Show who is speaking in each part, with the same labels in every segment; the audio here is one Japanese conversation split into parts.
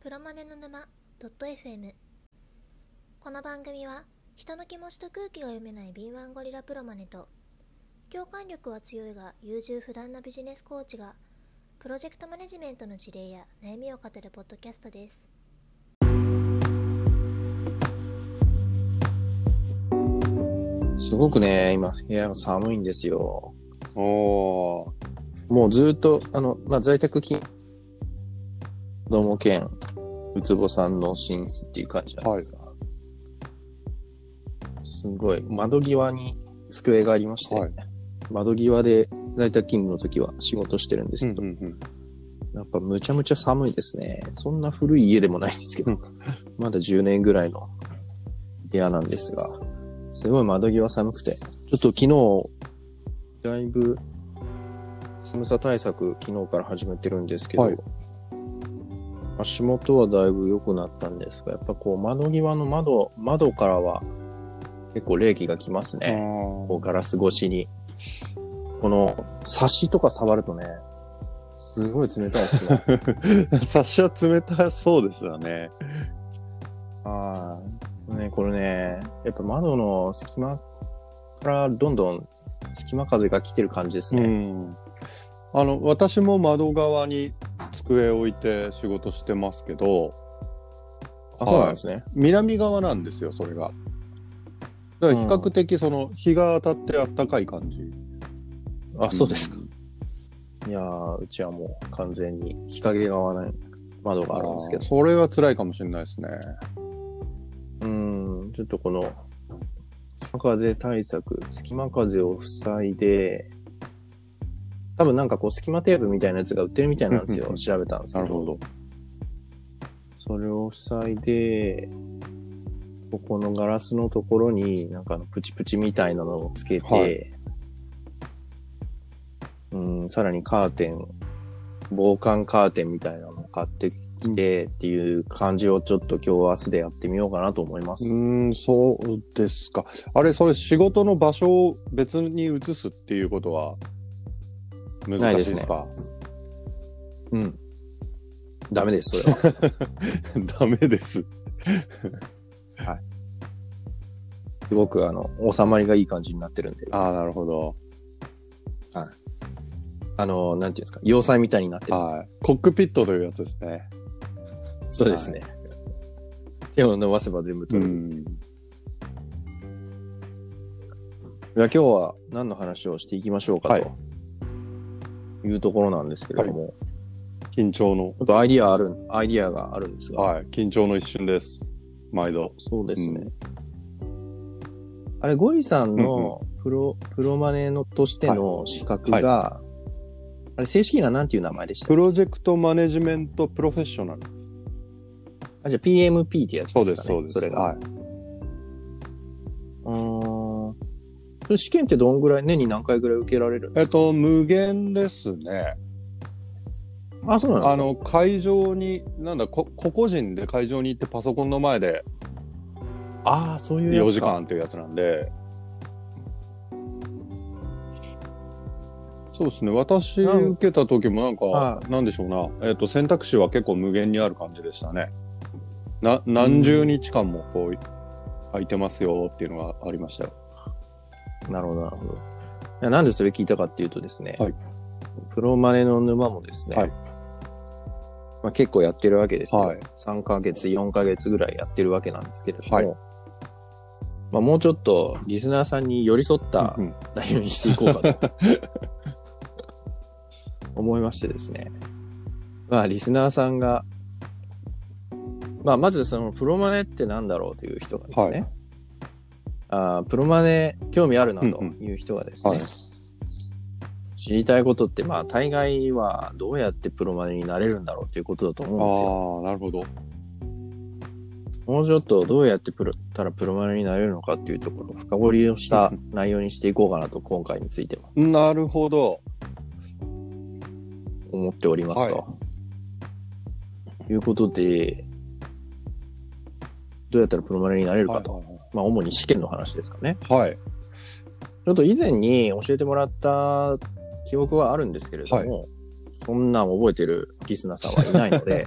Speaker 1: プロマネの沼 .fm この番組は人の気持ちと空気が読めない敏腕ゴリラプロマネと共感力は強いが優柔不断なビジネスコーチがプロジェクトマネジメントの事例や悩みを語るポッドキャストです
Speaker 2: すごくね、今、部屋が寒いんですよ。
Speaker 3: おー
Speaker 2: もうずっと、あの、まあ、在宅勤子供兼、うつぼさんの寝室っていう感じなんですが、すごい、窓際に机がありまして、
Speaker 3: はい
Speaker 2: 窓際で在宅勤務の時は仕事してるんです
Speaker 3: うん
Speaker 2: けど、
Speaker 3: うんうん。
Speaker 2: やっぱむちゃむちゃ寒いですね。そんな古い家でもないんですけ
Speaker 3: う
Speaker 2: ど
Speaker 3: ん、
Speaker 2: まだ10年ぐらいの部屋なんですが、すごい窓際寒くて、ちょっと昨日、だいぶ寒さ対策昨日から始めてるんですけど、
Speaker 3: はい
Speaker 2: 足元はだいぶ良くなったんですが、やっぱこう窓際の窓、窓からは結構冷気がきますね。こうガラス越しに。この、サシとか触るとね、すごい冷たいです ね。
Speaker 3: 察しは冷たそうですよね。
Speaker 2: はい。ね、これね、やっぱ窓の隙間からどんどん隙間風が来てる感じです
Speaker 3: う
Speaker 2: ね。
Speaker 3: ん。あの、私も窓側に机を置いて仕事してますけど、
Speaker 2: あ、そうなんですね。
Speaker 3: 南側なんですよ、それが。だから比較的その日が当たってあったかい感じ。
Speaker 2: あ、そうですか。いやー、うちはもう完全に日陰側の窓があるんですけど。
Speaker 3: それは辛いかもしれないですね。
Speaker 2: うん、ちょっとこの、隙間風対策、隙間風を塞いで、多分なんかこう隙間テープみたいなやつが売ってるみたいなんです
Speaker 3: うんうん
Speaker 2: よ。
Speaker 3: うん
Speaker 2: 調べたんですけど。
Speaker 3: ど。
Speaker 2: それを塞いで、ここのガラスのところに、なんかあのプチプチみたいなのをつけて、
Speaker 3: は
Speaker 2: うん、さらにカーテン、防寒カーテンみたいなのを買ってきてっていう感じをちょっと今日明日でやってみようかなと思いま
Speaker 3: う
Speaker 2: す。
Speaker 3: ーん、そうですか。あれ、それ仕事の場所を別に移すっていうことは難しいですか
Speaker 2: うん。ダメです、それは。
Speaker 3: ダメです。
Speaker 2: すごくあの、収まりがいい感じになってるんで、
Speaker 3: ああ、なるほど。
Speaker 2: あの、なんていうんですか、要塞みたいになってる。
Speaker 3: はい。コックピットというやつですね。
Speaker 2: そうですね。手を伸ばせば全部取れる。
Speaker 3: ん。
Speaker 2: いや今日は何の話をしていきましょうか
Speaker 3: はい
Speaker 2: と、い、うところなんですけれども、
Speaker 3: 緊張の
Speaker 2: ち。ょっとアイディアある、アイディアがあるんですが、
Speaker 3: はい。緊張の一瞬です。毎度。
Speaker 2: そうですね。あれ、ゴリさんのプロ、プロマネのとしての資格が、あれ、正式ななんていう名前でした
Speaker 3: プロジェクトマネジメントプロフェッショナル。
Speaker 2: あ、じゃあ PMP ってやつですか
Speaker 3: そう
Speaker 2: ね。
Speaker 3: です、
Speaker 2: そ
Speaker 3: そうです。
Speaker 2: れが。
Speaker 3: はい。
Speaker 2: うーん。それ試験ってどんぐらい、年に何回ぐらい受けられるん
Speaker 3: え
Speaker 2: で
Speaker 3: っ
Speaker 2: すか
Speaker 3: と、無限ですね。
Speaker 2: あ、そうなんですか
Speaker 3: あの、会場に、なんだ、こ個々人で会場に行ってパソコンの前で
Speaker 2: あー、そういうやつか。
Speaker 3: 4時間というやつなんで、そうですね、私
Speaker 2: なん
Speaker 3: 受けた時もなん
Speaker 2: は
Speaker 3: か、なんでしょうな、えっと選択肢は結構無限にある感じでしたね。な何十日間もこう、空いてますよっていうのがありましたよ。
Speaker 2: なるほど、なるほど。いやなんでそれ聞いたかっていうとですね、
Speaker 3: はい
Speaker 2: プロマネの沼もですね、
Speaker 3: はい
Speaker 2: まあ、結構やってるわけですよ。
Speaker 3: はい
Speaker 2: 3ヶ月、4ヶ月ぐらいやってるわけなんですけれども、
Speaker 3: はい
Speaker 2: まあ、もうちょっとリスナーさんに寄り添った
Speaker 3: うん
Speaker 2: 内容にしていこうか と思いましてですね、まあ、リスナーさんが、まあ、まずそのプロマネってなんだろうという人がですね、
Speaker 3: は
Speaker 2: あープロマネ興味あるなと
Speaker 3: うん
Speaker 2: いう人がですね、
Speaker 3: はい
Speaker 2: 知りたいことって、まあ、大概はどうやってプロマネになれるんだろうということだと
Speaker 3: あ
Speaker 2: 思うんですよ。
Speaker 3: あ、なるほど。
Speaker 2: もうちょっとどうやってプロたらプロマネになれるのかっていうところを深掘りをした内容にしていこうかなと、今回については
Speaker 3: なるほど。
Speaker 2: 思っておりますと。、
Speaker 3: はい
Speaker 2: うことで、どうやったらプロマネになれるかと。まあ、主に試験の話ですかね。
Speaker 3: はい。
Speaker 2: ちょっと以前に教えてもらった記憶はあるんですけれども、そんなん覚えてるリスナーさんはいないの で、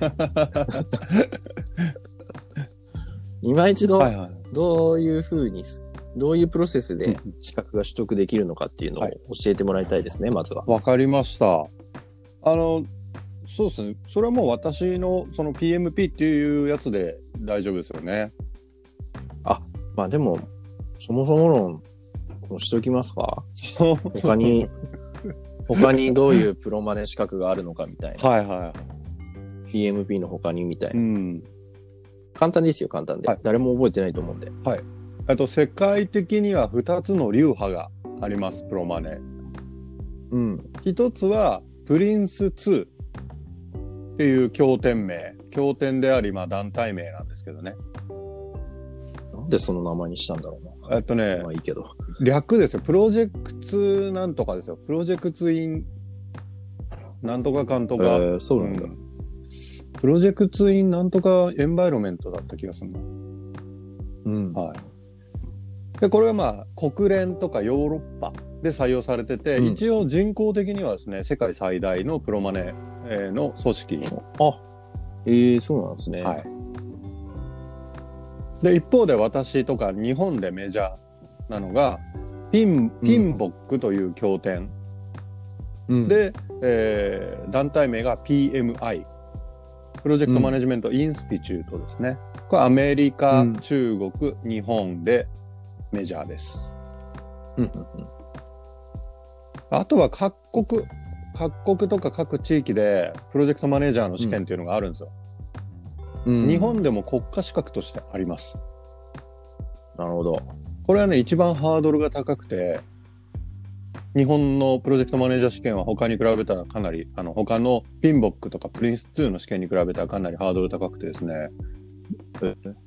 Speaker 2: 今一度、
Speaker 3: はいはい。
Speaker 2: どういうふうにす、どういうプロセスで資格が取得できるのかっていうのを
Speaker 3: はい
Speaker 2: 教えてもらいたいですね、まずは。
Speaker 3: わかりました。あの、そうですね。それはもう私のその PMP っていうやつで大丈夫ですよね。
Speaker 2: まあでも、そもそも論、もうしておきますか
Speaker 3: そう
Speaker 2: 他に、他にどういうプロマネ資格があるのかみたいな。
Speaker 3: はいは
Speaker 2: PMP の他にみたい
Speaker 3: い。う
Speaker 2: な。
Speaker 3: ん。
Speaker 2: 簡単ですよ、簡単で
Speaker 3: はい。
Speaker 2: 誰も覚えてないと思うんで。
Speaker 3: あと世界的には2つの流派があります、プロマネ。
Speaker 2: うん。
Speaker 3: 一つはプリンス2っていう経典名。経典であり、まあ団体名なんですけどね。
Speaker 2: なんでその名前にしたんだろう
Speaker 3: えっと
Speaker 2: な。
Speaker 3: ね
Speaker 2: ま、あいいけど。
Speaker 3: 略ですよ。プロジェクツなんとかですよ。プロジェクツイン、なんとかかんと
Speaker 2: え
Speaker 3: か。
Speaker 2: ー、そうなんだ。
Speaker 3: うんプロジェクツインなんとかエンバイロメントだった気がするな。
Speaker 2: うん。
Speaker 3: はい。で、これはまあ、国連とかヨーロッパで採用されてて、
Speaker 2: うん
Speaker 3: 一応人口的にはですね、世界最大のプロマネえーの組織。
Speaker 2: えー、そうなんですね。
Speaker 3: はい。で、一方で私とか日本でメジャーなのが、ピン、ピンボックという経典。
Speaker 2: うん、
Speaker 3: で、えー団体名が PMI プロジェクトマネジメントインスティチュートですね、これアメリカ、
Speaker 2: うん
Speaker 3: 中国日本でメジャーです
Speaker 2: うんうんうん
Speaker 3: あとは各国各国とか各地域でプロジェクトマネージャーの試験っていうのがあるんですよ、
Speaker 2: うん
Speaker 3: 日本でも国家資格としてあります
Speaker 2: なるほど。
Speaker 3: これはね一番ハードルが高くて日本のプロジェクトマネージャー試験は他に比べたらかなりあの他のピンボックとかプリンス2の試験に比べたらかなりハードル高くてですね、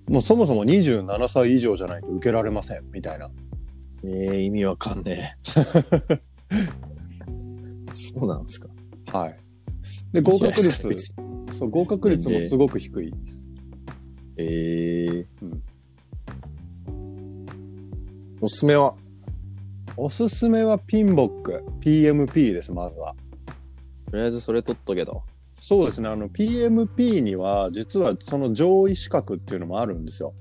Speaker 3: もうそもそも27歳以上じゃないと受けられませんみたいな。
Speaker 2: えー、意味わかんね え。そうなんですか。
Speaker 3: はい。で、合格
Speaker 2: いや別
Speaker 3: 率、
Speaker 2: に
Speaker 3: そう、合格率もすごく低いです。
Speaker 2: えー
Speaker 3: うん
Speaker 2: おすすめは
Speaker 3: おすすめはピンボック、PMP です、まずは。
Speaker 2: とりあえずそれ取っとけと。
Speaker 3: そうですね、あの、PMP には、実はその上位資格っていうのもあるんですよ。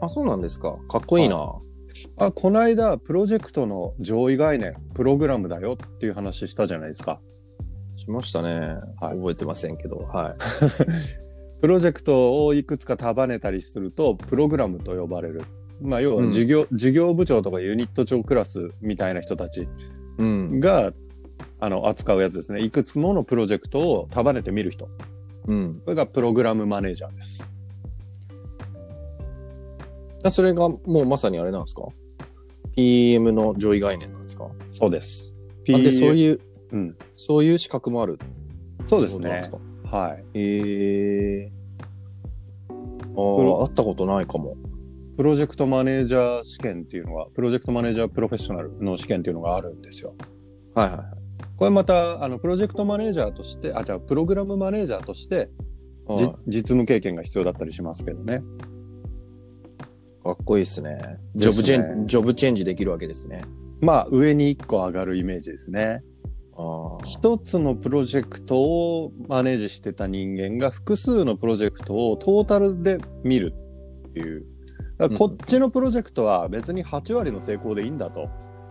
Speaker 2: あ、そうなんですか。かっこいいな。
Speaker 3: あ、この間、プロジェクトの上位概念、プログラムだよっていう話したじゃないですか。
Speaker 2: しましたね、
Speaker 3: はい
Speaker 2: 覚えてませんけど。はい。
Speaker 3: プロジェクトをいくつか束ねたりするとプログラムと呼ばれる、まあ、要は事業,、事業部長とかユニット長クラスみたいな人たち
Speaker 2: うん。
Speaker 3: があの扱うやつですねいくつものプロジェクトを束ねてみる人
Speaker 2: うん。
Speaker 3: これがプログラムマネージャーです
Speaker 2: あそれがもうまさにあれなんですか ?PM の上位概念なんですか
Speaker 3: そうです
Speaker 2: あで、そういう、
Speaker 3: うん
Speaker 2: そういう資格もある
Speaker 3: そうで
Speaker 2: そ
Speaker 3: す
Speaker 2: うなんで
Speaker 3: ね
Speaker 2: すか。
Speaker 3: はい
Speaker 2: えー。ああ、
Speaker 3: ロ
Speaker 2: 会ったことないかも。
Speaker 3: プロジェクトマネージャー試験っていうのはプロジェクトマネージャープロフェッショナルの試験っていうのがあるんですよ
Speaker 2: はいはい。
Speaker 3: これまたあのプロジェクトマネージャーとしてあじゃあプログラムマネージャーとして
Speaker 2: はい
Speaker 3: じ実務経験が必要だったりしますけどね。
Speaker 2: かっこいいですね。
Speaker 3: で
Speaker 2: ジョ
Speaker 3: すね
Speaker 2: ブチェン、ジョブチェンジできるわけですね。
Speaker 3: まあ上に1個上がるイメージですね。
Speaker 2: あ
Speaker 3: 一つのプロジェクトをマネージしてた人間が複数のプロジェクトをトータルで見るっていう。だからこっちのプロジェクトは別に8割の成功でいいんだと。
Speaker 2: うん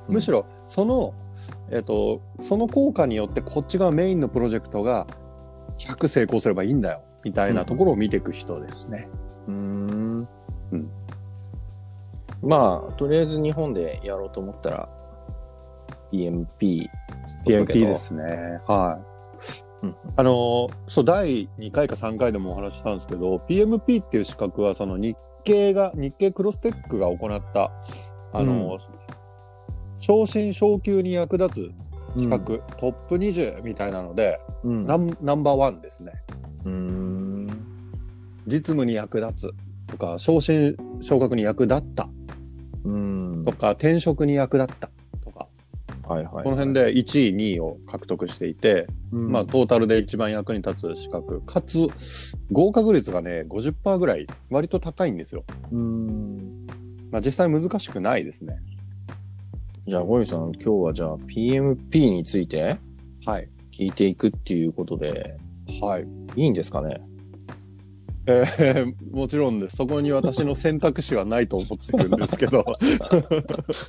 Speaker 3: むしろその、えっと、その効果によってこっちがメインのプロジェクトが100成功すればいいんだよ。みたいなところを見ていく人ですね。
Speaker 2: うーん
Speaker 3: うん。
Speaker 2: まあ、とりあえず日本でやろうと思ったら、PMP。
Speaker 3: PMP で。すね。はい。
Speaker 2: うん
Speaker 3: あのーそう、第2回か3回でもお話ししたんですけど、PMP っていう資格は、その日経が、日経クロステックが行った、あのー昇進昇給に役立つ資格、トップ20みたいなので、
Speaker 2: うん。
Speaker 3: ナンナンバーワンですね。
Speaker 2: うん。
Speaker 3: 実務に役立つとか、昇進昇格に役立った
Speaker 2: うん。
Speaker 3: とか、転職に役立ったとか、
Speaker 2: はいはい。
Speaker 3: この辺で1位、2位を獲得していて、
Speaker 2: うん、
Speaker 3: まあ、トータルで一番役に立つ資格、かつ、合格率がね、50%ぐらい、割と高いんですよ。
Speaker 2: うん。
Speaker 3: まあ、実際難しくないですね。
Speaker 2: じゃあ、ゴリさん、今日はじゃあ、PMP について
Speaker 3: はい。
Speaker 2: 聞いていくっていうことで、
Speaker 3: はい。
Speaker 2: いいんですかね
Speaker 3: えー もちろんです。そこに私の選択肢はないと思ってるんですけど。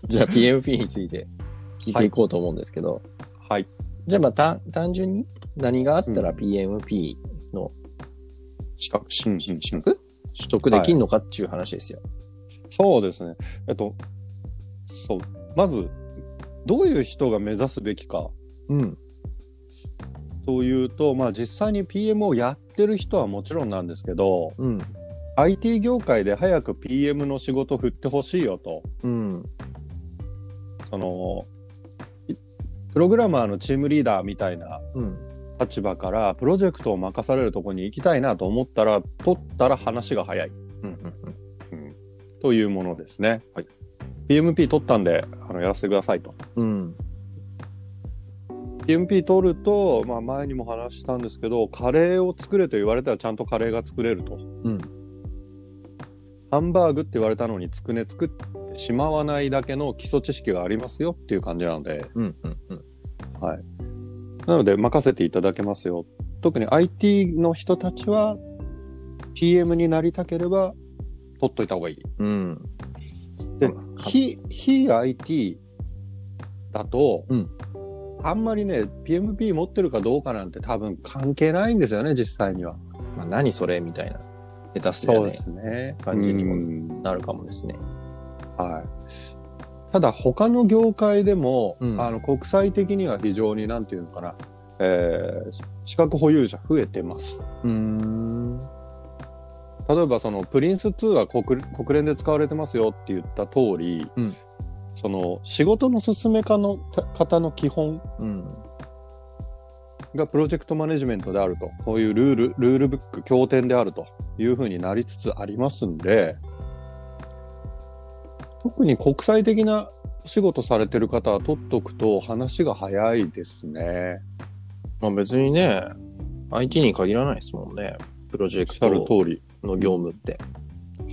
Speaker 2: じゃあ PMP について聞いていこうと思うんですけど、
Speaker 3: はい。
Speaker 2: じゃあまあ単単純に何があったら
Speaker 3: うん
Speaker 2: PMP の資格、し
Speaker 3: うんうん
Speaker 2: 資格取得できんのかっていう話ですよ。
Speaker 3: そうですね。えっと、そう。まず、どういう人が目指すべきか
Speaker 2: うん。
Speaker 3: というと、まあ実際に PM をやってる人はもちろんなんですけど、
Speaker 2: うん。
Speaker 3: IT 業界で早く PM の仕事振ってほしいよと。
Speaker 2: うん。
Speaker 3: その、いプログラマーのチームリーダーみたいな
Speaker 2: うん。
Speaker 3: 立場からプロジェクトを任されるところに行きたいなと思ったら、取ったら話が早い。
Speaker 2: うん。
Speaker 3: というものですね。
Speaker 2: はい、
Speaker 3: PMP 取ったんであのやらせてくださいと。
Speaker 2: うん。
Speaker 3: PMP 取ると、まあ、前にも話したんですけどカレーを作れと言われたらちゃんとカレーが作れると。
Speaker 2: うん
Speaker 3: ハンバーグって言われたのにつくね作ってしまわないだけの基礎知識がありますよっていう感じなので
Speaker 2: うん。うん。うん。
Speaker 3: なので任せていただけますよ。特に IT の人たちは PM になりたければ取っといた方がいい。
Speaker 2: うん。
Speaker 3: で
Speaker 2: ほら
Speaker 3: 非非 IT だと、
Speaker 2: うん
Speaker 3: あんまりね PMP 持ってるかどうかなんて多分関係ないんですよね実際には。
Speaker 2: まあ、何それみたいな。下手すりゃね、
Speaker 3: ね
Speaker 2: 感じにも
Speaker 3: うん
Speaker 2: なるかもですね。
Speaker 3: はい。ただ他の業界でも、
Speaker 2: うん
Speaker 3: あの国際的には非常になんていうのかな、えー資格保有者増えてます。
Speaker 2: うん。
Speaker 3: 例えばそのプリンス2は国国連で使われてますよって言った通り、
Speaker 2: うん
Speaker 3: その仕事の進め方の方の基本
Speaker 2: うん。
Speaker 3: がプロジェクトマネジメントであると、こういうルール、ルールブック、経典であるというふうになりつつありますんで、特に国際的なお仕事されてる方は取っとくと話が早いですね。
Speaker 2: まあ別にね、IT に限らないですもんね。プロジ
Speaker 3: お
Speaker 2: ェ
Speaker 3: っ
Speaker 2: ク
Speaker 3: しゃる
Speaker 2: ト
Speaker 3: 通り。
Speaker 2: の業務って。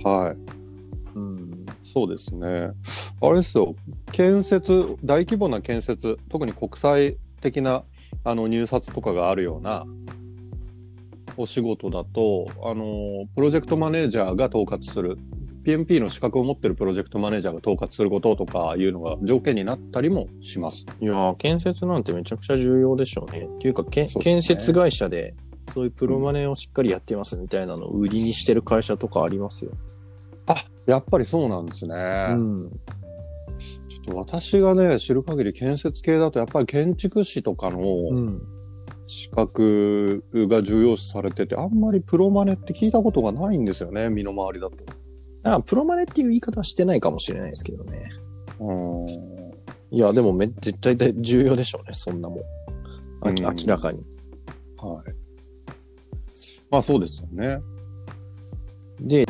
Speaker 3: はい。
Speaker 2: うん。
Speaker 3: そうですね。あれですよ、建設、大規模な建設、特に国際的なあの入札とかがあるようなお仕事だと、あのプロジェクトマネージャーが統括する、PMP の資格を持ってるプロジェクトマネージャーが統括することとかいうのが条件になったりもします。
Speaker 2: いやー建設なんてめちゃくちゃ重要でしょうね。っていうか、けん
Speaker 3: そうですね
Speaker 2: 建設会社で、そういうプロマネをしっかりやってますみたいなのを売りにしてる会社とかありますよ。
Speaker 3: あやっぱりそうなんですね。
Speaker 2: うん。
Speaker 3: ちょっと私がね、知る限り建設系だと、やっぱり建築士とかの、
Speaker 2: うん。
Speaker 3: 資格が重要視されてて、あんまりプロマネって聞いたことがないんですよね、身の回りだと。
Speaker 2: だから、プロマネっていう言い方はしてないかもしれないですけどね。
Speaker 3: うん。
Speaker 2: いや、でもめ、絶対大重要でしょうね、そんなもん。あ
Speaker 3: うん
Speaker 2: 明らかに。
Speaker 3: はい。まあそうですよね。
Speaker 2: で、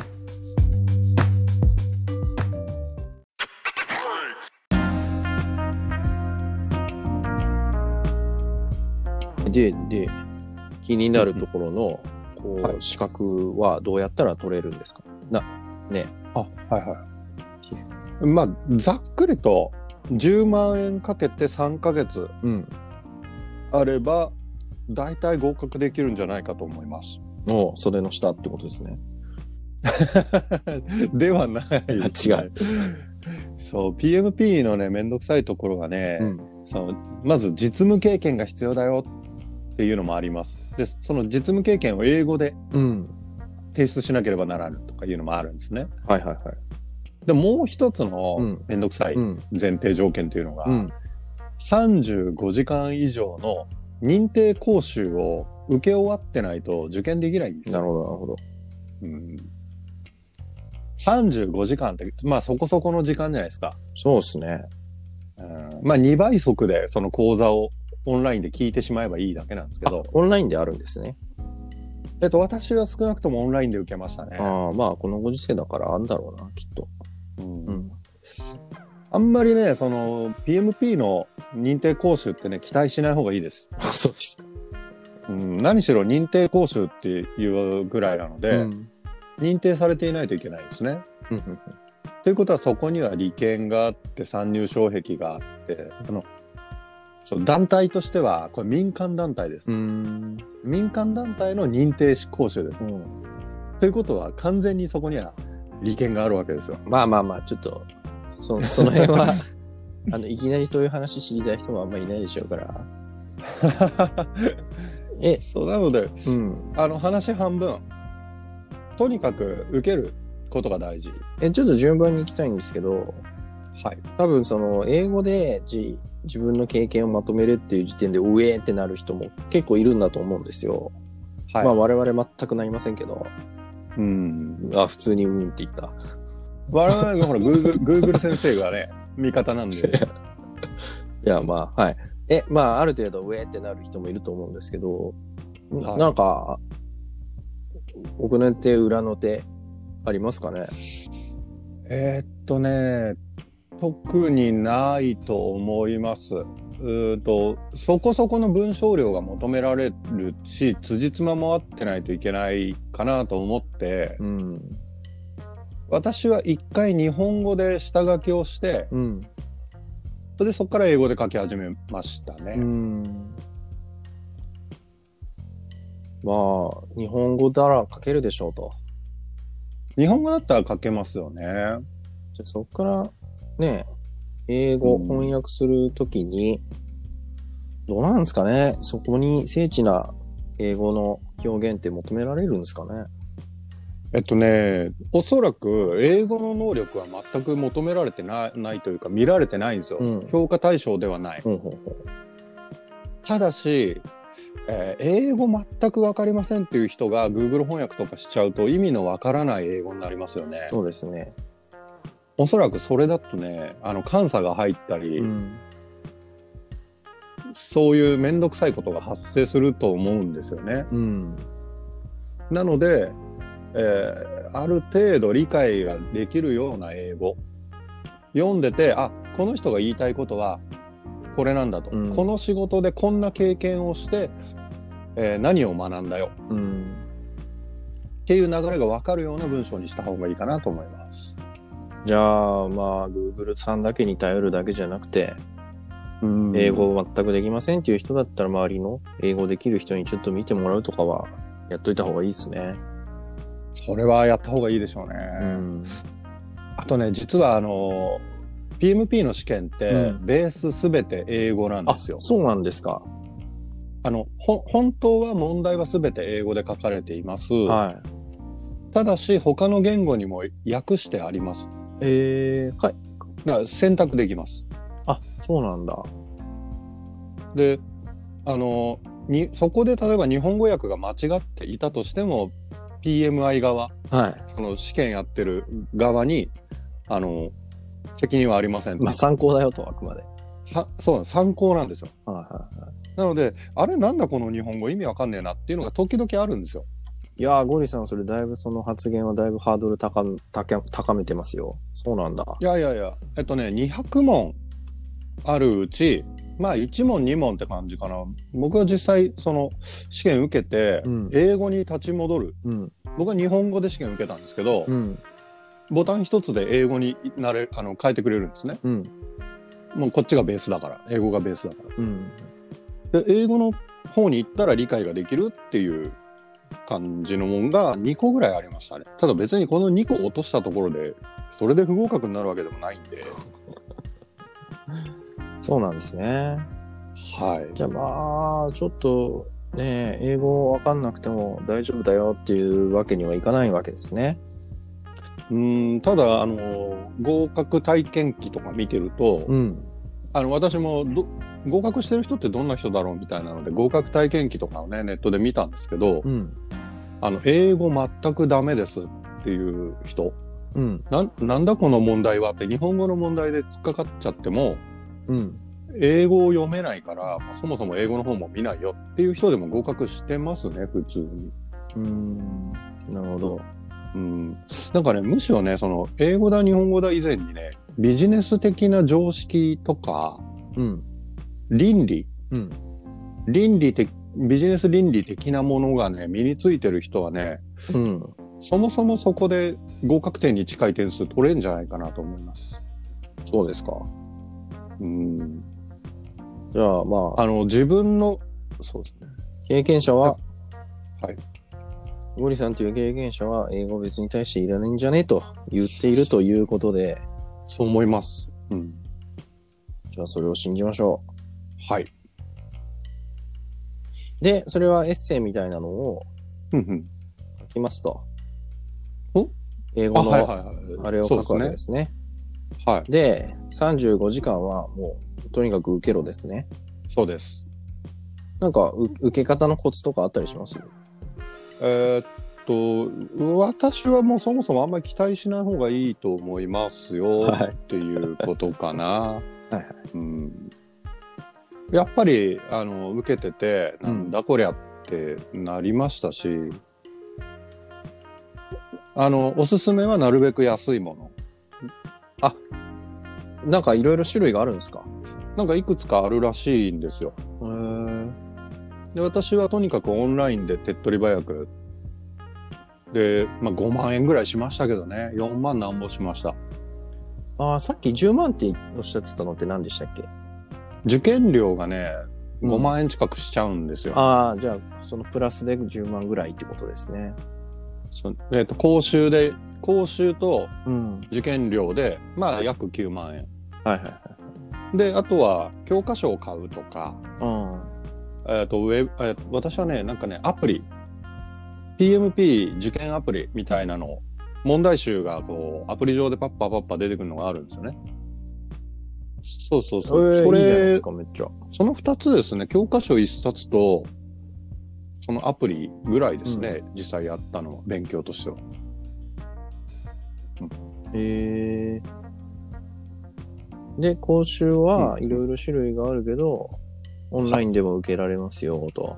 Speaker 2: で、で、気になるところの、こう、
Speaker 3: はい
Speaker 2: 資格はどうやったら取れるんですかな、
Speaker 3: あ、はいはい。まあ、ざっくりと、10万円かけて3ヶ月
Speaker 2: うん。
Speaker 3: あれば、大体合格できるんじゃないかと思います。
Speaker 2: お袖の下ってことですね。
Speaker 3: ではないですね、
Speaker 2: あ違う
Speaker 3: そう、PMP のね、めんどくさいところがね、
Speaker 2: うん。
Speaker 3: そのまず実務経験が必要だよっていうのもあります。でその実務経験を英語で
Speaker 2: うん。
Speaker 3: 提出しなければならぬとかいうのもあるんですね。
Speaker 2: はいはいはい。
Speaker 3: でもう一つ
Speaker 2: う
Speaker 3: の
Speaker 2: ん
Speaker 3: 面倒くさい
Speaker 2: うん。
Speaker 3: 前提条件というのが、
Speaker 2: うん。
Speaker 3: 35時間以上の認定講習を受け終わってないと受験できないんです
Speaker 2: な
Speaker 3: よ。
Speaker 2: るほど、なるほど。
Speaker 3: うん、35時間ってまあそこそこの時間じゃないですか。
Speaker 2: そうですね。
Speaker 3: うん、まあ2倍速でその講座をオンラインで聞いてしまえばいいだけなんですけ
Speaker 2: あ
Speaker 3: ど。
Speaker 2: オンラインであるんですね。
Speaker 3: えっと、私は少なくともオンラインで受けましたね。
Speaker 2: ああ、まあ、このご時世だからあんだろうな、きっと。
Speaker 3: うん
Speaker 2: うん。
Speaker 3: あんまりね、その PMP の認定講習ってね、期待しない方がいいです。
Speaker 2: そうです。
Speaker 3: うん、何しろ認定講習っていうぐらいなので、
Speaker 2: うん。
Speaker 3: 認定されていないといけないですね。
Speaker 2: うん
Speaker 3: ということはそこには利権があって、参入障壁があって、あの、そう団体としてはこれ民間団体です、
Speaker 2: ん。
Speaker 3: 民間団体の認定執行囚です、
Speaker 2: うん。
Speaker 3: ということは完全にそこには利権があるわけですよ
Speaker 2: まあまあまあ、ちょっと、 そその辺は、あの、いきなりそういう話知りたい人もあんまりいないでしょうから。 え、
Speaker 3: そうなので
Speaker 2: うん。
Speaker 3: あの話半分とにかく受けることが大事
Speaker 2: え、ちょっと順番に行きたいんですけど、
Speaker 3: はい
Speaker 2: 多分その、英語でじ自分の経験をまとめるっていう時点で、うえーってなる人も結構いるんだと思うんですよ。
Speaker 3: はい、
Speaker 2: まあ我々全くなりませんけど、
Speaker 3: うん
Speaker 2: あ、普通にうんって言った。
Speaker 3: 我々がほら Google, Google 先生がね味方なんで
Speaker 2: いや、まあ、はい。え、まあ、ある程度、ウェーってなる人もいると思うんですけど、ん
Speaker 3: はい
Speaker 2: なんか、奥の手、裏の手、ありますかね
Speaker 3: えーっとね、特にないと思います。うーんとそこそこの文章量が求められるし辻褄も合ってないといけないかなと思って
Speaker 2: うん。
Speaker 3: 私は一回日本語で下書きをして
Speaker 2: うん。
Speaker 3: それでそこから英語で書き始めましたね。
Speaker 2: うん。まあ、日本語なら書けるでしょうと。
Speaker 3: 日本語だったら書けますよね。
Speaker 2: でそこから、ね、英語
Speaker 3: うん
Speaker 2: 翻訳するときに、どうなんですかねそこに精緻な英語の表現って求められるんですかね
Speaker 3: えっとねおそらく英語の能力は全く求められてなないというか見られてないんですよ。
Speaker 2: うん
Speaker 3: 評価対象ではない。
Speaker 2: うん、うん、
Speaker 3: ただし、えー英語全く分かりませんっていう人が Google 翻訳とかしちゃうと意味の分からない英語になりますよね。
Speaker 2: そうですね。
Speaker 3: おそらくそれだとねあの監査が入ったり、
Speaker 2: うん
Speaker 3: そういう面倒くさいことが発生すると思うんですよね。
Speaker 2: うん。
Speaker 3: なので、えーある程度理解ができるような英語読んでてあこの人が言いたいことはこれなんだと、
Speaker 2: うん
Speaker 3: この仕事でこんな経験をして、えー何を学んだよ
Speaker 2: うん。
Speaker 3: っていう流れが分かるような文章にした方がいいかなと思います。
Speaker 2: じゃあ、まあ、Google さんだけに頼るだけじゃなくて、英語を全くできませんっていう人だったら、周りの英語できる人にちょっと見てもらうとかは、やっといた方がいいですね。
Speaker 3: それはやった方がいいでしょうね。
Speaker 2: うん。
Speaker 3: あとね実はあの PMP の試験って、
Speaker 2: うん
Speaker 3: ベースすべて英語なん
Speaker 2: あ、
Speaker 3: ですよ。
Speaker 2: そうなんですか。
Speaker 3: あのほ本当は問題はすべて英語で書かれています。
Speaker 2: はい。
Speaker 3: ただし他の言語にも訳してあります。
Speaker 2: えー、はい。
Speaker 3: だから選択できます。
Speaker 2: あ、そうなんだ。
Speaker 3: であのにそこで例えば日本語訳が間違っていたとしても PMI 側
Speaker 2: はい。
Speaker 3: その試験やってる側に、あの、責任はありませんと。
Speaker 2: まあ、参考だよと、あくまで。
Speaker 3: さそうなんです参考なんですよ。
Speaker 2: はいはいは
Speaker 3: なので、あれなんだこの日本語意味わかんねえなっていうのが時々あるんですよ。
Speaker 2: い。いやー、ゴリさん、それだいぶその発言はだいぶハードル高め高高めてますよ。そうなんだ。
Speaker 3: いやいやいや、えっとね、200問あるうち、まあ1問2問って感じかな。僕は実際、その試験受けて、
Speaker 2: うん
Speaker 3: 英語に立ち戻る。
Speaker 2: うん。
Speaker 3: 僕は日本語で試験受けたんですけど、
Speaker 2: うん。
Speaker 3: ボタン一つで英語になれあの変えてくれるんですね。
Speaker 2: うん。
Speaker 3: もうこっちがベースだから、英語がベースだから。
Speaker 2: うん。
Speaker 3: で英語の方に行ったら理解ができるっていう感じのもんが2個ぐらいありましたねただ別にこの2個落としたところでそれで不合格になるわけでもないんで
Speaker 2: そうなんですね。
Speaker 3: はい
Speaker 2: じゃあまあ、ちょっとね、英語わかんなくても大丈夫だよっていうわけにはいかないわけですね。
Speaker 3: うんただあの合格体験記とか見てると、
Speaker 2: ん。
Speaker 3: あの私もど合格してる人ってどんな人だろうみたいなので合格体験記とかをねネットで見たんですけど、
Speaker 2: うん。
Speaker 3: あの英語全くダメですっていう人
Speaker 2: うん。
Speaker 3: なんなんだこの問題はって日本語の問題で突っかかっちゃっても
Speaker 2: うん。
Speaker 3: 英語を読めないから、まあそもそも英語の方も見ないよっていう人でも合格してますね、普通に。
Speaker 2: うん。なるほど。
Speaker 3: うん。なんかね、むしろね、その、英語だ、日本語だ以前にね、ビジネス的な常識とか、
Speaker 2: うん。
Speaker 3: 倫理、
Speaker 2: うん。
Speaker 3: 倫理的、ビジネス倫理的なものがね、身についてる人はね、
Speaker 2: うん。
Speaker 3: そもそもそこで合格点に近い点数取れんじゃないかなと思います。
Speaker 2: そうですか。
Speaker 3: うん。
Speaker 2: じゃあまあ、
Speaker 3: あの、自分の、そうですね。
Speaker 2: 経験者は、
Speaker 3: はい。
Speaker 2: ゴリさんという経験者は、英語別に対していらないんじゃねえと言っているということで、
Speaker 3: そう思います。うん。
Speaker 2: じゃあそれを信じましょ
Speaker 3: はい。
Speaker 2: う。で、それはエッセイみたいなのを
Speaker 3: うんうん。
Speaker 2: 書きますと。
Speaker 3: お
Speaker 2: 英
Speaker 3: あ、
Speaker 2: 語
Speaker 3: はい
Speaker 2: の
Speaker 3: はいはい。
Speaker 2: あれを書く
Speaker 3: そう
Speaker 2: わ
Speaker 3: で
Speaker 2: け
Speaker 3: すね
Speaker 2: で。すね。
Speaker 3: はい。
Speaker 2: で、35時間はもう、とにかく受けろですね。
Speaker 3: そうです。
Speaker 2: なんか、う受け方のコツとかあったりします
Speaker 3: えーっと、私はもうそもそもあんまり期待しない方がいいと思いますよ、
Speaker 2: はい
Speaker 3: っていうことかな。 はい
Speaker 2: はい
Speaker 3: うん、やっぱりあの受けてて、なんだこりゃってなりましたし、あのおすすめはなるべく安いもの。
Speaker 2: なんかいろいろ種類があるんですか
Speaker 3: なんかいくつかあるらしいんですよ。
Speaker 2: へー
Speaker 3: で私はとにかくオンラインで手っ取り早くで、まあ、5万円ぐらいしましたけどね4万なんぼしました
Speaker 2: ああ、さっき10万っておっしゃってたのって何でしたっけ
Speaker 3: 受験料がね
Speaker 2: うん
Speaker 3: 5万円近くしちゃうんですよ、
Speaker 2: ああ、じゃあ、そのプラスで10万ぐらいってことですね。
Speaker 3: そえっと講習で講習と
Speaker 2: うん。
Speaker 3: 受験料でまあ約9万円
Speaker 2: はいはいはい。
Speaker 3: であとは教科書を買うとか、
Speaker 2: うん。
Speaker 3: えっとウェブえっと私はねなんかねアプリ PMP 受験アプリみたいなのを問題集がこうアプリ上でパッパパッパ出てくるのがあるんですよねそうそうそう、
Speaker 2: えー
Speaker 3: そ
Speaker 2: いいじゃないで
Speaker 3: れ
Speaker 2: すか、めっちゃ。
Speaker 3: その2つですね、教科書1冊と、そのアプリぐらいですね、実際やったのは、勉強としては。
Speaker 2: へえで、講習はいろいろ種類があるけど、オンラインでも受けられますよ、と。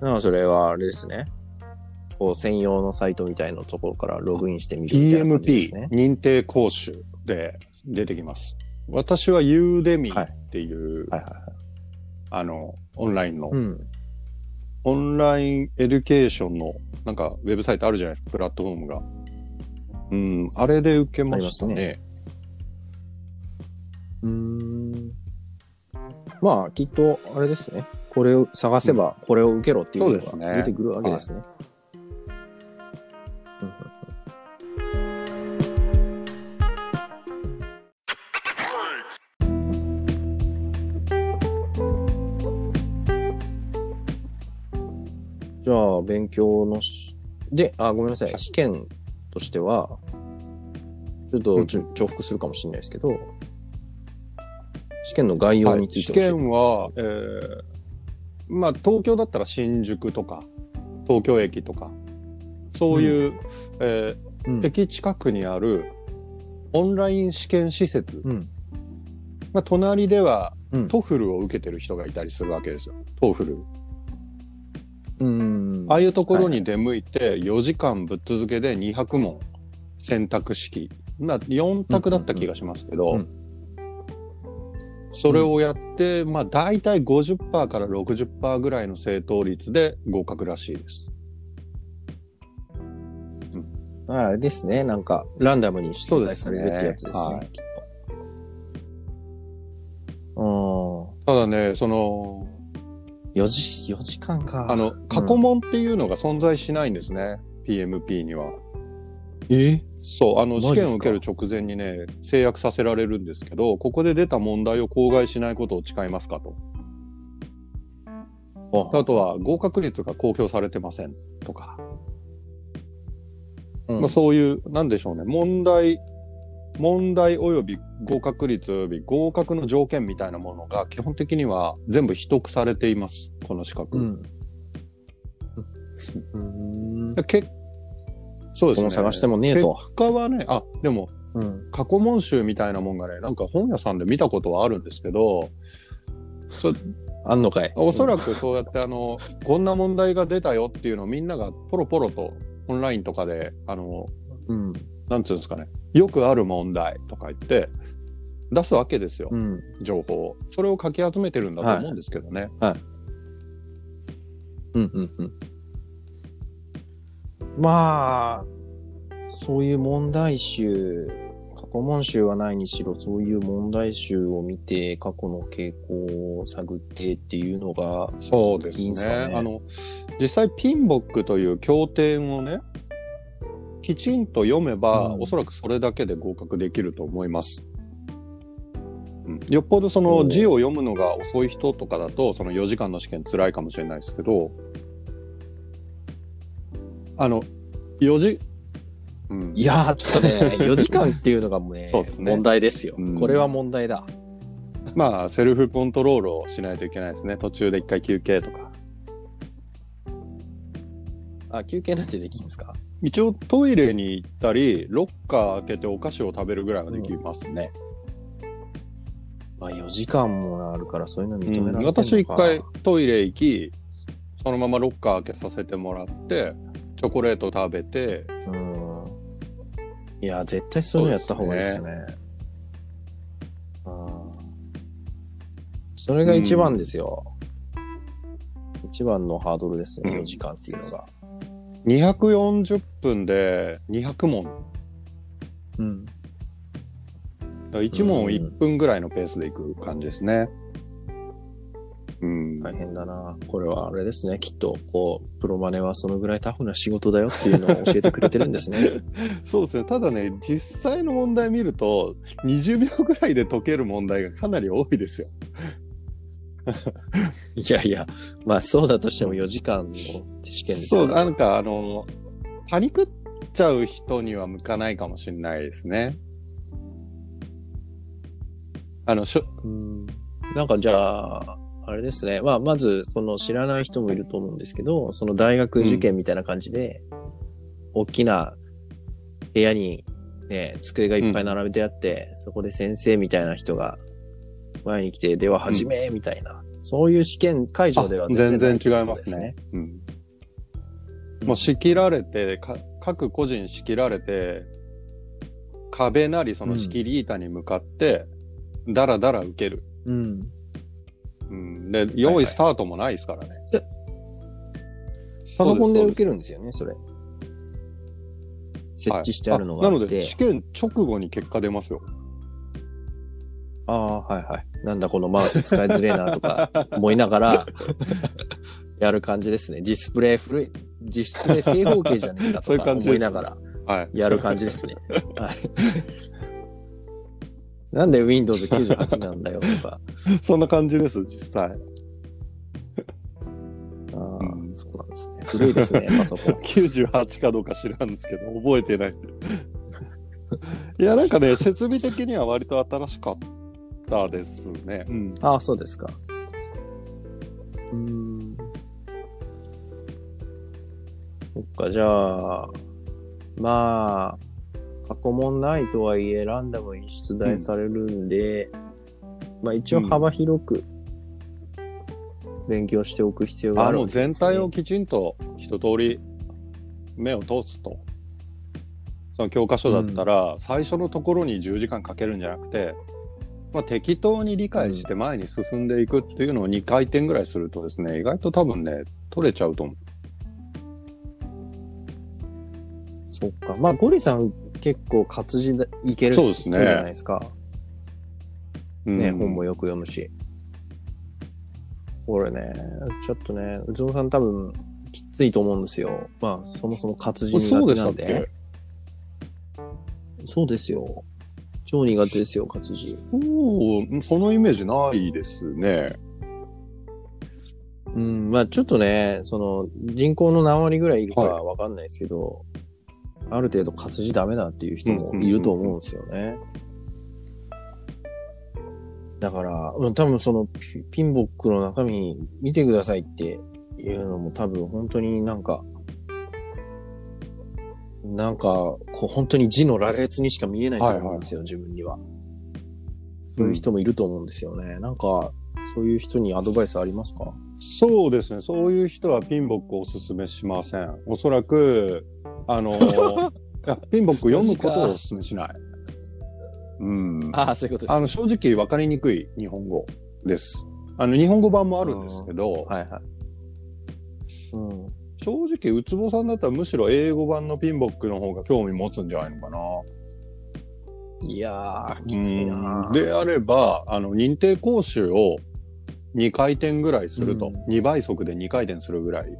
Speaker 2: なあ、それはあれですね。こう、専用のサイトみたいなところからログインしてみるみたいな感じですね
Speaker 3: PMP、。認定講習で出てきます。私はユーデミーっていう、
Speaker 2: はいはいはい。
Speaker 3: あの、オンラインの、
Speaker 2: うん。
Speaker 3: オンラインエデュケーションの、なんか、ウェブサイトあるじゃないですか、プラットフォームが。うん、あれで受けました
Speaker 2: あります
Speaker 3: ね。
Speaker 2: うーん。まあ、きっと、あれですね。これを探せば、これを受けろっていう
Speaker 3: そう
Speaker 2: の
Speaker 3: です
Speaker 2: が
Speaker 3: ね
Speaker 2: 出てくるわけですね。うんうんじゃあ、勉強のし、で、あ、ごめんなさい。試験としては、ちょっとちょ重複するかもしれないですけど、試験の概要
Speaker 3: は
Speaker 2: に
Speaker 3: い、
Speaker 2: つい
Speaker 3: 試
Speaker 2: て教えて
Speaker 3: 験
Speaker 2: ください
Speaker 3: は、えーまあ、東京だったら新宿とか、東京駅とか、そういう、え
Speaker 2: うん
Speaker 3: ー駅近くにあるオンライン試験施設、
Speaker 2: うん
Speaker 3: まあ、隣では、
Speaker 2: うん
Speaker 3: トフルを受けてる人がいたりするわけですよ。トフル。
Speaker 2: うん
Speaker 3: ああいうところ
Speaker 2: はいは
Speaker 3: に出向いて、4時間ぶっ続けで200問選択式。な4択だった気がしますけど、
Speaker 2: うんうん
Speaker 3: それをやって、まあ大体50%から60%ぐらいの正答率で合格らしいです。
Speaker 2: あれですね。なんか、ランダムに出題されるってやつですね。
Speaker 3: はい
Speaker 2: きっと
Speaker 3: ただね、その、
Speaker 2: ああ、4時、4時間か。
Speaker 3: あの、過去問っていうのが存在しないんですね、PMP には。
Speaker 2: え
Speaker 3: そう、あ
Speaker 2: マ
Speaker 3: の、
Speaker 2: ジっす
Speaker 3: 試
Speaker 2: か
Speaker 3: 験を受ける直前にね、制約させられるんですけど、ここで出た問題を口外しないことを誓いますかと。あとは合格率が公表されてませんとか、
Speaker 2: うん
Speaker 3: まあ、そういう、なんでしょうね、問題、問題および合格率および合格の条件みたいなものが基本的には全部秘匿されています、この資格。
Speaker 2: うん。うん。
Speaker 3: でけそうです
Speaker 2: こ
Speaker 3: ね。
Speaker 2: の探してもねえと。
Speaker 3: 結果はね、あ、でも
Speaker 2: うん。
Speaker 3: 過去問集みたいなもんがね、なんか本屋さんで見たことはあるんですけど、そ
Speaker 2: あんのかい。
Speaker 3: おそらくそうやってあのこんな問題が出たよっていうのをみんながポロポロとオンラインとかであの
Speaker 2: うん。
Speaker 3: なんつうんですかねよくある問題とか言って出すわけですよ
Speaker 2: うん。
Speaker 3: 情報をそれをかき集めてるんだと思うんですけどね、
Speaker 2: うん。うん。うん。まあ、そういう問題集、過顧問集はないにしろ、そういう問題集を見て、過去の傾向を探ってっていうのが、
Speaker 3: そうですね
Speaker 2: いいんすかね
Speaker 3: あの実際ピンボックという経典をねきちんと読めば、
Speaker 2: うん
Speaker 3: おそらくそれだけで合格できると思います。うんよっぽどその
Speaker 2: おー
Speaker 3: 字を読むのが遅い人とかだとその4時間の試験辛いかもしれないですけどあの4時、うん
Speaker 2: いやー、ちょっと ね、4時間っていうのがもうね、
Speaker 3: そうですね
Speaker 2: 問題ですよ、
Speaker 3: うん
Speaker 2: これは問題だ。
Speaker 3: まあセルフコントロールをしないといけないですね途中で一回休憩とか
Speaker 2: あ、休憩なんてできるんですか
Speaker 3: 一応トイレに行ったりロッカー開けてお菓子を食べるぐらいはできますね、
Speaker 2: まあ、4時間もあるから、そういうの認められて
Speaker 3: うんん
Speaker 2: のかな
Speaker 3: 私一回トイレ行きそのままロッカー開けさせてもらってチョコレート食べて
Speaker 2: うん。いやー、絶対そういうのやった方がいいですね。あーそれが一番ですよ。一番のハードルですよ、
Speaker 3: うん
Speaker 2: 4時間っていうのが。
Speaker 3: 240分で200問
Speaker 2: うん。
Speaker 3: 1問1分ぐらいのペースでいく感じですねうん、
Speaker 2: 大変だな。これはあれですね。きっと、こう、プロマネはそのぐらいタフな仕事だよっていうのを教えてくれてるんですね。
Speaker 3: そうですねただね実際の問題見ると20秒ぐらいで解ける問題がかなり多いですよ
Speaker 2: いやいや、まあそうだとしても4時間の試験です
Speaker 3: そう、
Speaker 2: よ
Speaker 3: なんかあの、パニクっちゃう人には向かないかもしれないですね。あの、しょ
Speaker 2: うんなんかじゃあ、あれですね。まあまず、その知らない人もいると思うんですけど、その大学受験みたいな感じで、大きな部屋にね、机がいっぱい並べてあって、そこで先生みたいな人が前に来て、では始め、みたいな、そういう試験会場では
Speaker 3: 全
Speaker 2: ない
Speaker 3: 然
Speaker 2: ってこ
Speaker 3: 違い
Speaker 2: と
Speaker 3: ますね。。うん、もう
Speaker 2: し
Speaker 3: 仕切られて、か各個人仕切られて、壁なりその仕切り板に向かって、だらだら受ける。
Speaker 2: うん。
Speaker 3: うん、で、
Speaker 2: はい
Speaker 3: 用
Speaker 2: は
Speaker 3: 意
Speaker 2: い
Speaker 3: スタートもないですからね。
Speaker 2: パソコンで受け
Speaker 3: る
Speaker 2: るんですよね、それ。設置してあるのが
Speaker 3: な
Speaker 2: あ
Speaker 3: の
Speaker 2: って。
Speaker 3: で、試験直後に結果出 ますよ。
Speaker 2: ああ、はいはい。なんだこのマウス使いづれえなとか思いながら、やる感じですね。ディスプレイ古い、ディスプレイ正方形じゃねえか
Speaker 3: そう
Speaker 2: と
Speaker 3: いう
Speaker 2: か
Speaker 3: 感じ
Speaker 2: 思
Speaker 3: で
Speaker 2: い
Speaker 3: す
Speaker 2: ながら
Speaker 3: はい。
Speaker 2: やる感じですね。はい。なんで Windows98 なんだよとか。
Speaker 3: そんな感じです、実際。
Speaker 2: ああ
Speaker 3: うん
Speaker 2: そうなんですね。古いですね、パソコン。
Speaker 3: 98かどうか知らんですけど、覚えてない。いや、なんかね、設備的には割と新しかったですね。うん。
Speaker 2: ああ、そうですか。うーん。そっか、じゃあ、まあ、過去問ないとはいえ、ランダムに出題されるんで、まあ一応幅広く勉強しておく必要が
Speaker 3: あ
Speaker 2: ある
Speaker 3: の、
Speaker 2: わけで
Speaker 3: 全
Speaker 2: すね、
Speaker 3: 体をきちんと一通り目を通すと。その教科書だったら、最初のところに10時間かけるんじゃなくて、まあ、適当に理解して前に進んでいくっていうのを2回転ぐらいするとですね、意外と多分ね、取れちゃうと思う。
Speaker 2: そっか。まあ、ゴリさん結構活字でいける
Speaker 3: そ
Speaker 2: 人
Speaker 3: うです
Speaker 2: じ
Speaker 3: ね
Speaker 2: ゃないですか。
Speaker 3: うん
Speaker 2: ね、本もよく読むし。これね、ちょっとね、うつぼさん多分、きついと思うんですよ。まあ、そもそも活字苦
Speaker 3: そう
Speaker 2: 手
Speaker 3: でし
Speaker 2: な
Speaker 3: たっ
Speaker 2: んで
Speaker 3: け。
Speaker 2: そうですよ。超苦手ですよ、活字。
Speaker 3: おそのイメージないですね。
Speaker 2: うん、まあちょっとね、その、人口の何割ぐらいいるかはわかんないですけど、ある程度活字ダメだっていう人もいると思うんですよね。だから、うん、多分そのピピンボックの中身見てくださいっていうのも多分本当になんか、なんか、こう本当に字の羅列にしか見えないと思うんですよ、自分には。そういう人もいると思うんですよね。なんか、そういう人にアドバイスありますか
Speaker 3: そうですね。そういう人はピンボックをおすすめしません。おそらく、あの、いやピンボック読むことをおすすめしない。うん。
Speaker 2: ああ、そういうことです
Speaker 3: あの、正直分かりにくい日本語です。あの、日本語版もあるんですけど、
Speaker 2: はいはい。うん。
Speaker 3: 正直、ウツボさんだったらむしろ英語版のピンボックの方が興味持つんじゃないのかな。
Speaker 2: いやー、きついな
Speaker 3: うんであれば、あの、認定講習を2回転ぐらいする
Speaker 2: う
Speaker 3: と、
Speaker 2: ん
Speaker 3: 2倍速で2回転するぐらい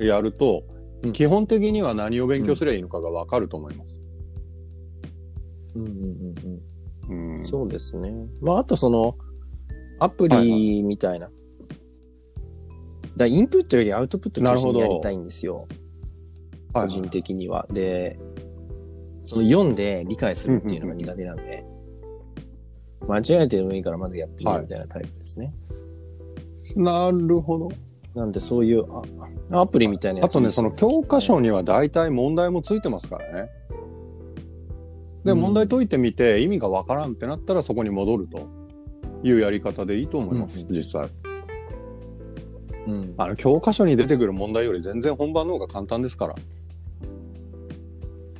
Speaker 3: やると、
Speaker 2: うん
Speaker 3: 基本的には何を勉強すればいいのかがわかると思います。
Speaker 2: うんうんうんうん
Speaker 3: うん。
Speaker 2: そうですね。まあ、あとその、アプリみたいな。だからインプットよりアウトプット中
Speaker 3: なるほ
Speaker 2: 心
Speaker 3: ど
Speaker 2: にやりたいんですよ。
Speaker 3: はい
Speaker 2: 個人的には。で、その読んで理解するっていうのが苦手なんで、間違えてでもいいからまずやってみるみたいなタイプですね。
Speaker 3: なるほど。
Speaker 2: なんでそういうあアプリみたいな
Speaker 3: あとね、
Speaker 2: いいです
Speaker 3: その教科書には大体問題もついてますからね。で、
Speaker 2: うん
Speaker 3: 問題解いてみて意味がわからんってなったらそこに戻るというやり方でいいと思います、
Speaker 2: うん
Speaker 3: 実際。
Speaker 2: うん、
Speaker 3: あの、教科書に出てくる問題より全然本番の方が簡単ですから。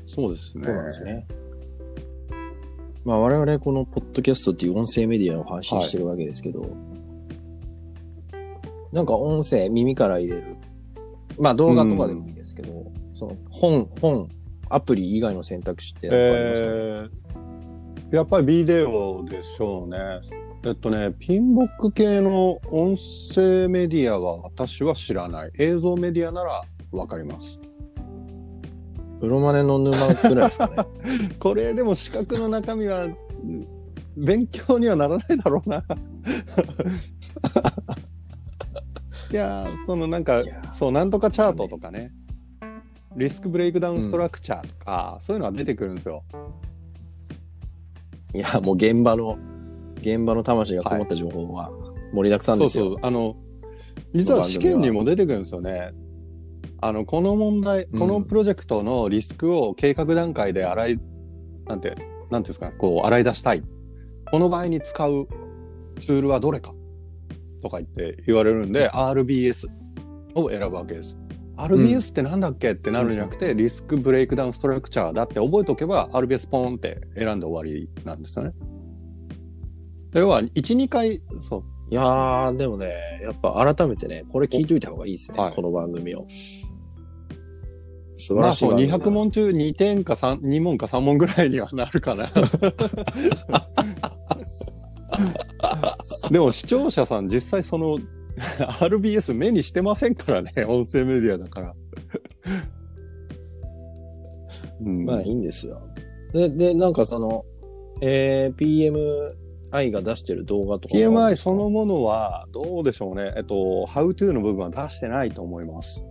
Speaker 3: そうですね。
Speaker 2: そうなんですね。まあ我々このポッドキャストっていう音声メディアを発信してるわけですけど、なんか音声耳から入れる。まあ動画とかでもいいですけど、その本、本、アプリ以外の選択肢ってやっぱありますか、
Speaker 3: えーやっぱりビデオでしょうね。えっとね、ピンボック系の音声メディアは私は知らない。映像メディアならわかります。
Speaker 2: プロマネの沼ぐらいですかね。
Speaker 3: これでも資格の中身はうん勉強にはならないだろうな。 いやーそのなんか
Speaker 2: いやー
Speaker 3: そうなんとかチャートとかねリスクブレイクダウンストラクチャーとか、そういうのは出てくるんですよ。
Speaker 2: いや、もう現場の、現場の魂がこもった情報は盛りだくさん
Speaker 3: そ
Speaker 2: で
Speaker 3: う
Speaker 2: すよ。
Speaker 3: そうあの実は試験にも出てくるんですよね。あのこの問題
Speaker 2: うん
Speaker 3: このプロジェクトのリスクを計画段階で洗い、なんてなんていうんですかこう洗い出したいこの場合に使うツールはどれかとか言って言われるんで RBS を選ぶわけです。RBS ってなんだっけってなるんじゃなくて、リスクブレイクダウンストラクチャーだって覚えておけば RBS ポーンって選んで終わりなんですよね。要は12回そう
Speaker 2: いやー、でもね、やっぱ改めてね、これ聞いといた方がいいですね、
Speaker 3: はい
Speaker 2: この番組を。素晴
Speaker 3: ま
Speaker 2: ら
Speaker 3: あ
Speaker 2: しい
Speaker 3: そう
Speaker 2: 番組だな。
Speaker 3: 200問中2点か3、2問か3問ぐらいにはなるか な。でも視聴者さん実際その RBS 目にしてませんからね、音声メディアだから。うん
Speaker 2: まあいいんですよ。で、で、なんかその、えー、PMI が出してる動画とかもあるん
Speaker 3: PMI
Speaker 2: ですか
Speaker 3: そのものはどうでしょうね。えっと、How to の部分は出してないと思います。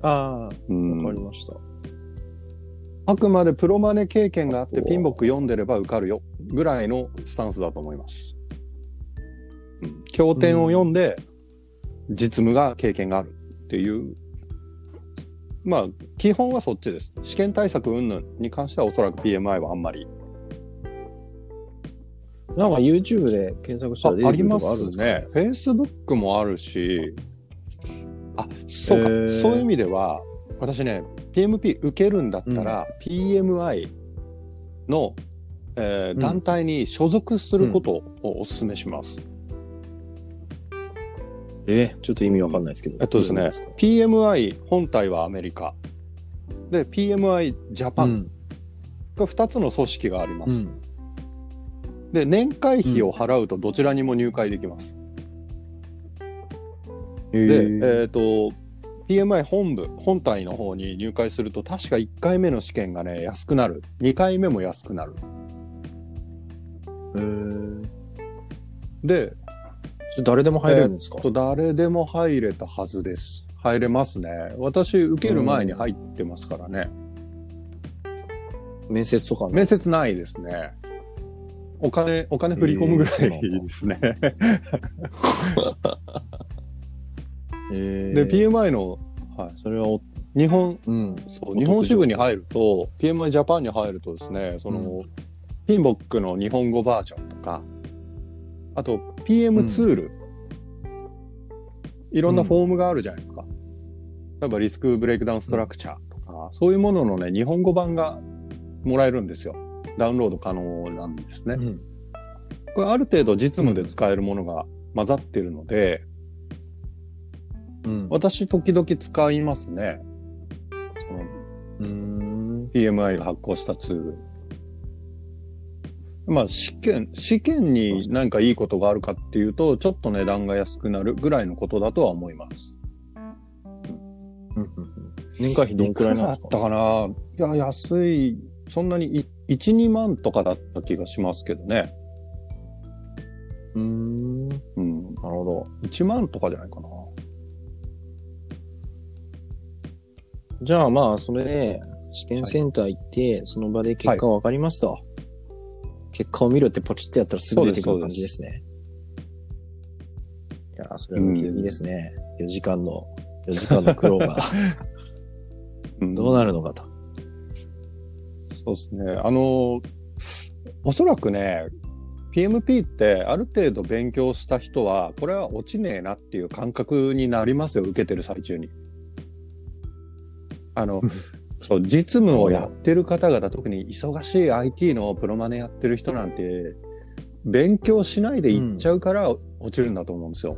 Speaker 2: あ
Speaker 3: う
Speaker 2: あ、
Speaker 3: ん
Speaker 2: わかりました。
Speaker 3: あくまでプロマネ経験があって
Speaker 2: おー
Speaker 3: ピンボック読んでれば受かるよぐらいのスタンスだと思います。うん経典を読んで実務が経験があるっていう、まあ基本はそっちです。試験対策云々に関してはおそらく PMI はあんまり。
Speaker 2: なんか YouTube で検索した
Speaker 3: あ
Speaker 2: ら出
Speaker 3: あ
Speaker 2: て
Speaker 3: り
Speaker 2: くる
Speaker 3: ま
Speaker 2: とかあるんですすか
Speaker 3: ね。Facebook もあるし、あそうか、
Speaker 2: へー
Speaker 3: そういう意味では私ね PMP 受けるんだったら、PMI の、え
Speaker 2: う
Speaker 3: ー
Speaker 2: ん
Speaker 3: 団体に所属することをお勧めします。
Speaker 2: えーちょっと意味わかんないですけど。
Speaker 3: えっとですね、PMI 本体はアメリカで PMI ジャ
Speaker 2: う
Speaker 3: パン
Speaker 2: ん。
Speaker 3: が2つの組織があります。
Speaker 2: うん。
Speaker 3: で年会費を払うとどちらにも入会できます。
Speaker 2: え
Speaker 3: で、
Speaker 2: ー、
Speaker 3: えっ、と、PMI 本部、本体の方に入会すると、確か1回目の試験がね、安くなる。2回目も安くなる。
Speaker 2: えー
Speaker 3: で、
Speaker 2: それ誰でも入れるんですか、
Speaker 3: と誰でも入れたはずです。入れますね。私、受ける前に入ってますからね。
Speaker 2: 面接とかの
Speaker 3: 面接ないですね。お金、お金振り込むぐらいですね。
Speaker 2: えー、
Speaker 3: で、PMI の、は
Speaker 2: それはお、
Speaker 3: い、日本、
Speaker 2: うん。
Speaker 3: そ
Speaker 2: お
Speaker 3: う
Speaker 2: 得
Speaker 3: 日本支部に入ると PMI ジャパンに入るとですねその、
Speaker 2: う
Speaker 3: ピンボックの日本語バージョンとかあと PM ツール、いろんなフォームがあるじゃないですか、例えばリスクブレイクダウンストラクチャーとか、そういうもののね日本語版がもらえるんですよダウンロード可能なんですね、
Speaker 2: うん
Speaker 3: これある程度実務で使えるものが混ざってるので、
Speaker 2: うん。
Speaker 3: 私時々使いますねその
Speaker 2: うーん
Speaker 3: PMI が発行したツール。まあ、試験、試験に何かいいことがあるかっていうと、ちょっと値段が安くなるぐらいのことだとは思います。
Speaker 2: 年会費どんくらいなんです
Speaker 3: く
Speaker 2: から
Speaker 3: だったかないや、安い。そんなにい1、2万とかだった気がしますけどね。
Speaker 2: うーん。なる
Speaker 3: うん。
Speaker 2: ほど。
Speaker 3: 1万とかじゃないかな。
Speaker 2: じゃあまあ、それで、試験センター行って、その場で結果分かりますと。結果を見るってポチってやったらすぐ出てくる感じですね。いやー、それは急ぎですね。4時間の、4時間の苦 労が
Speaker 3: うん
Speaker 2: どうなるのかと。
Speaker 3: そうですね。あの、おそらくね、PMP ってある程度勉強した人は、これは落ちねえなっていう感覚になりますよ、受けてる最中に。あの、そう、実務をやってる方々、特に忙しい IT のプロマネやってる人なんて、勉強しないで行っちゃうから落ちるんだと思うんですよ。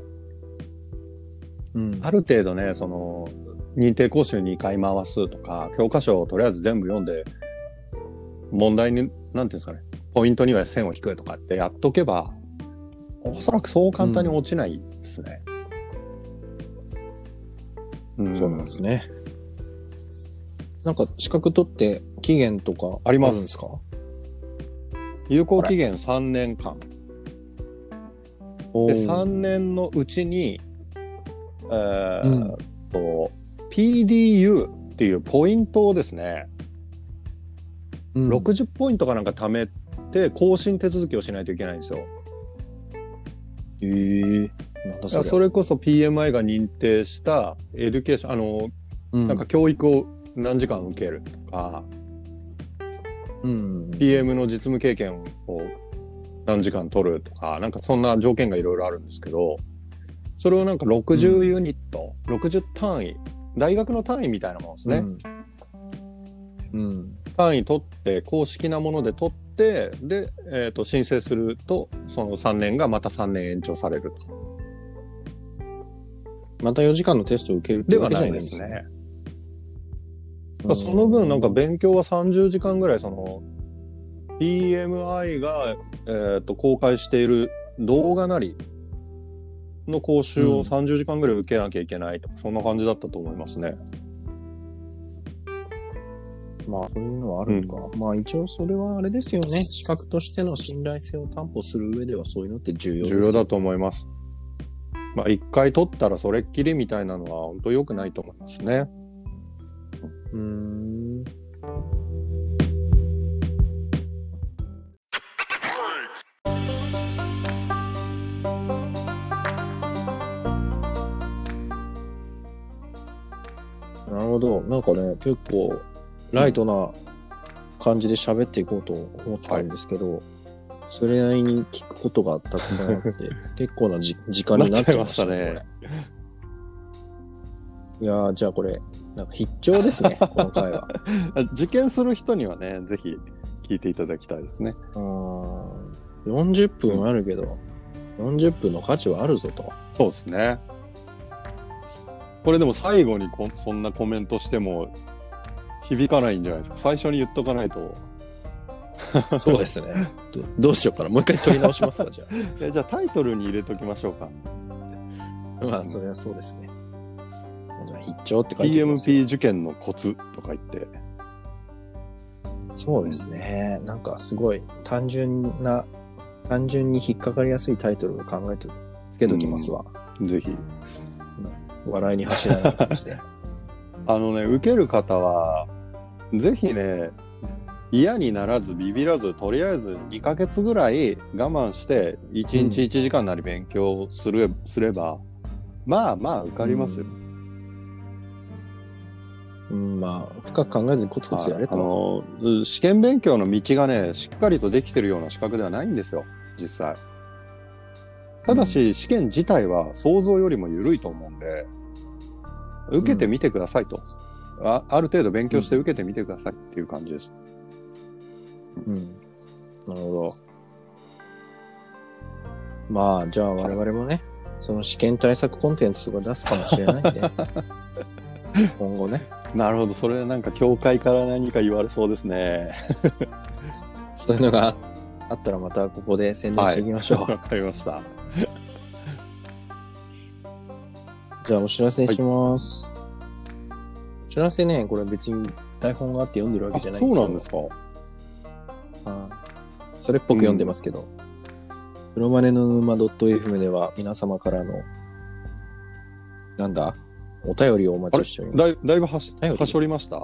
Speaker 2: うん
Speaker 3: ある程度ね、その、認定講習2回回すとか、教科書をとりあえず全部読んで、問題に、なんていうんですかね、ポイントには線を引くとかってやっとけば、おそらくそう簡単に落ちないですね。うん
Speaker 2: そうなんですね。なんか、資格取って期限とかありますんですか
Speaker 3: 有効期限3年間。
Speaker 2: お
Speaker 3: で、
Speaker 2: ー
Speaker 3: 3年のうちに、えー
Speaker 2: うん
Speaker 3: と、PDU っていうポイントをですね、
Speaker 2: うん
Speaker 3: 60ポイントかなんか貯めて更新手続きをしないといけないんですよ。
Speaker 2: えー、なんだ
Speaker 3: そ
Speaker 2: そ
Speaker 3: れ
Speaker 2: れ。
Speaker 3: こそ PMI が認定したエデュケーション、あの、
Speaker 2: うん、
Speaker 3: なんか教育を何時間受けるとか、
Speaker 2: うん、
Speaker 3: PM の実務経験を何時間取るとか、なんかそんな条件がいろいろあるんですけど、それをなんか60ユニット、60単位、大学の単位みたいなものですね。
Speaker 2: うん。うん。
Speaker 3: 単位取って、公式なもので取って、で、えっ、と、申請すると、その3年がまた3年延長されると。
Speaker 2: また4時間のテストを受けるって
Speaker 3: で
Speaker 2: わ
Speaker 3: は
Speaker 2: け
Speaker 3: な
Speaker 2: じゃ
Speaker 3: い
Speaker 2: な
Speaker 3: で
Speaker 2: いん
Speaker 3: すね。。
Speaker 2: うん
Speaker 3: その分、なんか、勉強は30時間ぐらい、その、PMI が、えー、と公開している動画なりの講習
Speaker 2: うん
Speaker 3: を30時間ぐらい受けなきゃいけないとか、そんな感じだったと思いますね。
Speaker 2: まあ、そういうのはあるのか。まあ、一応それはあれですよね。資格としての信頼性を担保する上ではそういうのって重要です
Speaker 3: 重要だと思います。まあ、一回取ったらそれっきりみたいなのは、本当良くないと思いますね。
Speaker 2: うーん。なるほど。なんかね、結構、ライトな感じで喋っていこうと思ったんですけど、それなりに聞くことがたくさんあ って、結構なじ時間になっちゃいましたね。
Speaker 3: なっちゃいましたね
Speaker 2: これいやー、じゃあこれ、なんか必聴です ね、この回は。
Speaker 3: 受験する人にはね、ぜひ聞いていただきたいですね。
Speaker 2: うーん40分あるけど、40分の価値はあるぞと。
Speaker 3: そうですね。これでも最後にこそんなコメントしても響かないんじゃないですか。最初に言っとかないと。
Speaker 2: そうですね。どどうしようかな。もう一回取り直しますか、じゃ
Speaker 3: えじゃあタイトルに入れときましょうか。
Speaker 2: あ。まあ、それはそうですね。じゃあ必聴って書いてありますよ
Speaker 3: PMP 受験のコツとか言って。
Speaker 2: そうですね。なんかすごい単純な、単純に引っかかりやすいタイトルを考えて、つけときますわ。
Speaker 3: ぜひ。
Speaker 2: 笑いに走らない感じで。
Speaker 3: あのね、受ける方は、ぜひね、嫌にならず、ビビらず、とりあえず2ヶ月ぐらい我慢して、1日1時間なり勉強する、すれば、まあまあ受かりますよ。
Speaker 2: うん、まあ、深く考えずにコツコツやれ
Speaker 3: あ
Speaker 2: と。
Speaker 3: のうん試験勉強の道がねしっかりとできてるような資格ではないんですよ実際ただし、試験自体は想像よりも緩いと思うんで受けてみてくださいと、あある程度勉強して受けてみてくださいっていう感じです、
Speaker 2: うん。なるほど。まあ、じゃあ我々もね、その試験対策コンテンツとか出すかもしれないん で、今後ね、
Speaker 3: なるほどそれなんか教会から何か言われそうですね
Speaker 2: そういうのがあったらまたここで宣伝していきましょう。
Speaker 3: わかりました。
Speaker 2: じゃあお知らせします。お知らせね、これ別に台本があって読んでるわけ
Speaker 3: あ、
Speaker 2: じゃない
Speaker 3: そ
Speaker 2: ん
Speaker 3: う
Speaker 2: ですよ。
Speaker 3: なんですか。
Speaker 2: はいそれっぽく読んでますけど、プロマネの沼 .fm では皆様からの、なんだお便りをお待ちしておりま
Speaker 3: だ
Speaker 2: す
Speaker 3: い。だいぶはし、
Speaker 2: はい
Speaker 3: はしょりました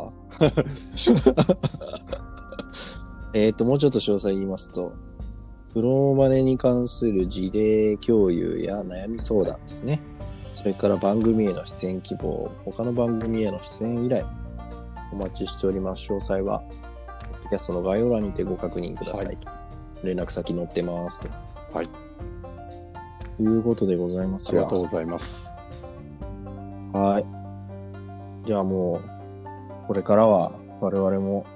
Speaker 2: えっ、と、もうちょっと詳細言いますと、プロマネに関する事例共有や悩み相談ですね。それから番組への出演希望、他の番組への出演依頼、お待ちしております。詳細は、ポッドキャストの概要欄にてご確認くださいと。連絡先載ってますと。
Speaker 3: はい。
Speaker 2: ということでございま
Speaker 3: あ
Speaker 2: す
Speaker 3: り
Speaker 2: が
Speaker 3: がとうございます。
Speaker 2: はい。じゃあもう、これからは我々も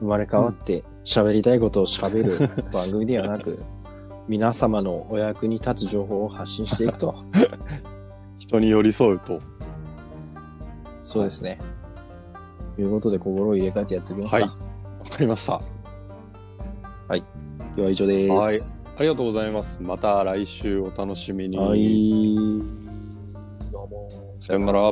Speaker 2: 生まれ変わって喋りたいことを喋る番組ではなく、皆様のお役に立つ情報を発信していくと。
Speaker 3: 人に寄り添うと。
Speaker 2: そうですね。ということで心を入れ替えてやっていきますか。
Speaker 3: はいわかりました。
Speaker 2: では以上です。
Speaker 3: ありがとうございます。また来週お楽しみに。
Speaker 2: はい。どうも。
Speaker 3: さよなら。